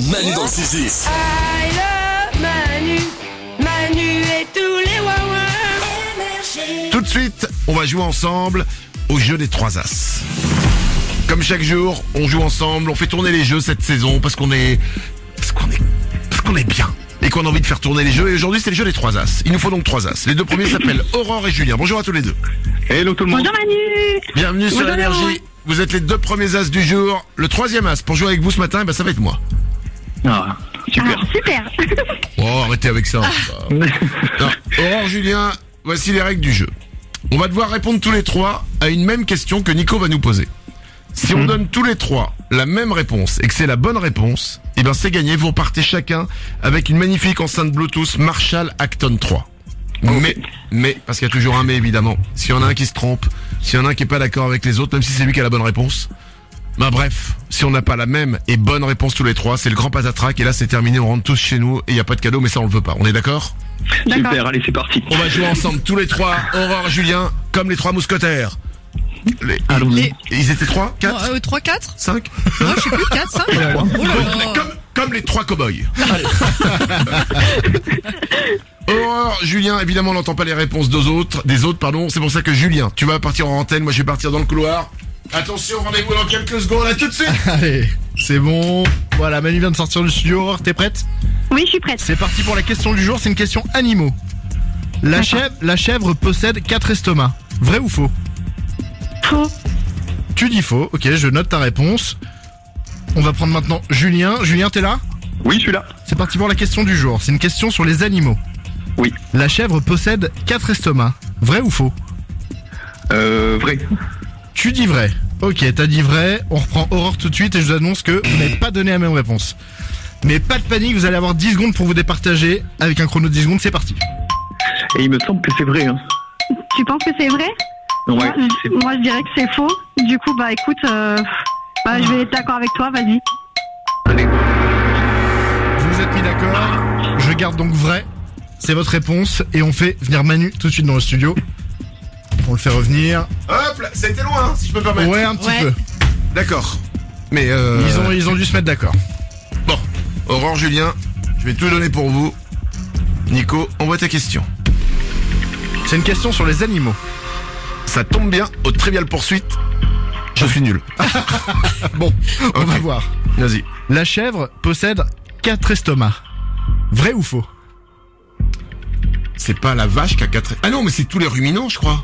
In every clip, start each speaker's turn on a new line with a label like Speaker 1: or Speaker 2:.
Speaker 1: Manu dans le 6-10.
Speaker 2: I love Manu, Manu et tous les wawa.
Speaker 3: Tout de suite, on va jouer ensemble au jeu des trois as. Comme chaque jour, on joue ensemble, on fait tourner les jeux cette saison parce qu'on est, parce qu'on est, parce qu'on est bien et qu'on a envie de faire tourner les jeux. Et aujourd'hui, c'est le jeu des trois as. Il nous faut donc trois as. Les deux premiers s'appellent Aurore et Julien. Bonjour à tous les deux.
Speaker 4: Hello tout le monde.
Speaker 5: Bonjour Manu
Speaker 3: Bienvenue sur
Speaker 5: Bonjour, Laurent.
Speaker 3: Énergie. Vous êtes les deux premiers as du jour. Le troisième as pour jouer avec vous ce matin, eh ben, ça va être moi.
Speaker 4: Ah, super.
Speaker 5: Ah, super
Speaker 3: Oh, arrêtez avec ça. Non. Aurore, Julien, voici les règles du jeu. On va devoir répondre tous les trois à une même question que Nico va nous poser. Si on donne tous les trois la même réponse et que c'est la bonne réponse, eh ben c'est gagné. Vous repartez chacun avec une magnifique enceinte Bluetooth Marshall Acton 3. Mais, mais, parce qu'il y a toujours un mais évidemment. S'il y en a un qui se trompe, s'il y en a un qui est pas d'accord avec les autres, même si c'est lui qui a la bonne réponse. Bah bref, si on n'a pas la même et bonne réponse tous les trois, c'est le grand patatrac et là c'est terminé, on rentre tous chez nous et il n'y a pas de cadeau mais ça on le veut pas. On est d'accord
Speaker 4: super, allez c'est parti.
Speaker 3: on va jouer ensemble tous les trois, Aurore, Julien, comme les trois mousquetaires. Les-
Speaker 4: Allons-y.
Speaker 3: les- Ils étaient trois, quatre,
Speaker 6: 3, 4
Speaker 3: cinq,
Speaker 6: Non, je sais plus, 4, 5 Oh là là
Speaker 3: comme, comme les trois cow-boys. Aurore, Julien, évidemment, on n'entend pas les réponses des autres, des autres, pardon. C'est pour ça que Julien, tu vas partir en antenne, moi je vais partir dans le couloir. Attention, rendez-vous dans quelques secondes, à tout de suite.
Speaker 7: Allez, c'est bon. Voilà, Manu vient de sortir du studio. Aurore, t'es prête
Speaker 5: Oui, je suis prête.
Speaker 7: C'est parti pour la question du jour. C'est une question animaux. La chèvre, la chèvre possède quatre estomacs. Vrai ou faux
Speaker 5: Faux.
Speaker 7: Tu dis faux. Ok, je note ta réponse. On va prendre maintenant Julien. Julien, t'es là
Speaker 4: Oui, je suis là.
Speaker 7: C'est parti pour la question du jour. C'est une question sur les animaux.
Speaker 4: Oui.
Speaker 7: La chèvre possède quatre estomacs. Vrai ou faux
Speaker 4: Euh, vrai.
Speaker 7: Tu dis vrai. Ok, t'as dit vrai. On reprend Aurore tout de suite et je vous annonce que vous n'avez pas donné la même réponse. Mais pas de panique, vous allez avoir 10 secondes pour vous départager. Avec un chrono de 10 secondes, c'est parti.
Speaker 4: Et il me semble que c'est vrai. Hein.
Speaker 5: Tu penses que c'est vrai
Speaker 4: Ouais,
Speaker 5: moi,
Speaker 4: c'est
Speaker 5: je- moi, je dirais que c'est faux. Du coup, bah écoute, euh, bah, je vais être d'accord avec toi, vas-y.
Speaker 4: Allez.
Speaker 7: Vous vous êtes mis d'accord. Je garde donc vrai. C'est votre réponse. Et on fait venir Manu tout de suite dans le studio. On le fait revenir.
Speaker 3: Hop là, ça a été loin, hein, si je peux me permettre.
Speaker 7: Ouais, un petit
Speaker 6: Ouais.
Speaker 7: peu.
Speaker 3: D'accord. Mais euh...
Speaker 7: Ils ont, ils ont dû se mettre d'accord.
Speaker 3: Bon, Aurore, Julien, je vais tout donner pour vous. Nico, envoie ta question.
Speaker 7: C'est une question sur les animaux.
Speaker 3: Ça tombe bien, au Trivial Poursuite, je suis nul.
Speaker 7: Bon, on va
Speaker 3: Ok.
Speaker 7: voir.
Speaker 3: Vas-y.
Speaker 7: La chèvre possède quatre estomacs. Vrai ou faux
Speaker 3: C'est pas la vache qui a quatre... Ah non, mais c'est tous les ruminants, je crois.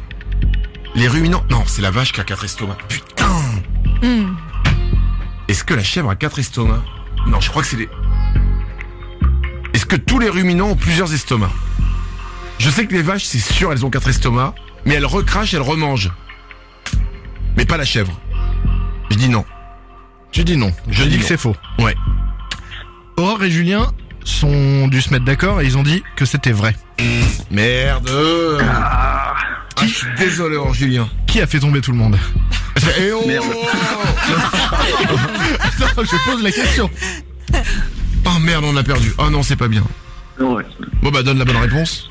Speaker 3: Les ruminants... Non, c'est la vache qui a quatre estomacs. Putain
Speaker 6: Hmm.
Speaker 3: Est-ce que la chèvre a quatre estomacs Non, je crois que c'est les... Est-ce que tous les ruminants ont plusieurs estomacs Je sais que les vaches, c'est sûr, elles ont quatre estomacs, mais elles recrachent, elles remangent. Mais pas la chèvre. Je dis non.
Speaker 7: Tu dis non.
Speaker 3: Je
Speaker 7: Je
Speaker 3: dis
Speaker 7: dis que
Speaker 3: non.
Speaker 7: c'est faux.
Speaker 3: Ouais.
Speaker 7: Aurore et Julien sont dû se mettre d'accord et ils ont dit que c'était vrai.
Speaker 3: Merde ah, Je suis désolé, Aurore Julien.
Speaker 7: Qui a fait tomber tout le monde
Speaker 3: Eh oh
Speaker 4: Merde.
Speaker 7: Attends, Je pose la question.
Speaker 3: Oh merde, on a perdu. Oh non, c'est pas bien.
Speaker 4: Ouais.
Speaker 3: Bon bah donne la bonne réponse.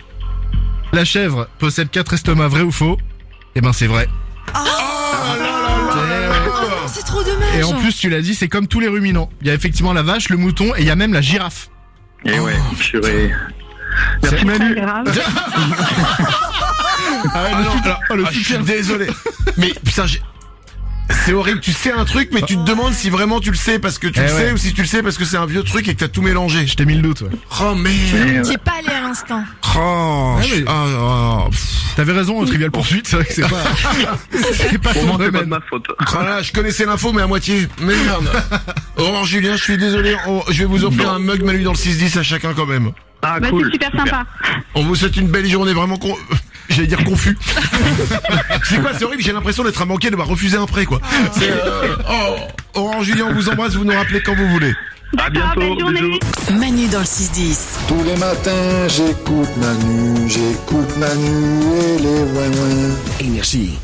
Speaker 7: La chèvre possède quatre estomacs, vrai ou faux Eh ben c'est vrai.
Speaker 3: Ah,
Speaker 6: Oh, C'est trop dommage
Speaker 7: Et en plus tu l'as dit, c'est comme tous les ruminants. Il y a effectivement la vache, le mouton et il y a même la girafe.
Speaker 4: Et Eh ouais, purée.
Speaker 7: C'est-
Speaker 4: Merci
Speaker 5: Pas
Speaker 4: Manu.
Speaker 5: grave.
Speaker 7: Ah, ouais,
Speaker 3: Ah non, alors,
Speaker 7: oh, le
Speaker 3: ah, je suis
Speaker 7: soutien.
Speaker 3: désolé. Mais putain, j'ai- c'est horrible. Tu sais un truc, mais tu te demandes si vraiment tu le sais parce que tu
Speaker 7: Eh
Speaker 3: le sais
Speaker 7: ouais.
Speaker 3: ou si tu le sais parce que c'est un vieux truc et que t'as tout mélangé.
Speaker 7: Je t'ai mis le doute. ouais.
Speaker 3: Oh merde.
Speaker 4: Et, euh,
Speaker 6: J'y ai pas allé à l'instant.
Speaker 3: Oh,
Speaker 7: Ah,
Speaker 3: je-
Speaker 7: mais-
Speaker 3: oh, oh, pff.
Speaker 7: T'avais raison, au trivial poursuite, c'est vrai que c'est pas. c'est pas
Speaker 4: Au
Speaker 7: ton
Speaker 4: moins, c'est pas de
Speaker 7: domaine.
Speaker 4: ma faute.
Speaker 3: Oh là là, je connaissais l'info mais à moitié. Merde. Aurore Julien, je suis désolé. Oh, je vais vous offrir un mug Manu dans le 6-10 à chacun quand même.
Speaker 4: Ah,
Speaker 5: Bah,
Speaker 4: cool.
Speaker 5: c'est super sympa.
Speaker 3: On vous souhaite une belle journée, vraiment con... J'allais dire confus. c'est quoi, c'est horrible, j'ai l'impression d'être un banquier, de devoir refuser un prêt, quoi. C'est... euh, Oh, Orange Julien, on vous embrasse, vous nous rappelez quand vous voulez.
Speaker 4: À
Speaker 5: D'accord,
Speaker 4: bientôt.
Speaker 5: belle journée.
Speaker 4: Bisous.
Speaker 8: Manu dans le 6-10.
Speaker 9: Tous les matins, j'écoute Manu, j'écoute Manu et les ouin-ouin.
Speaker 1: Énergie.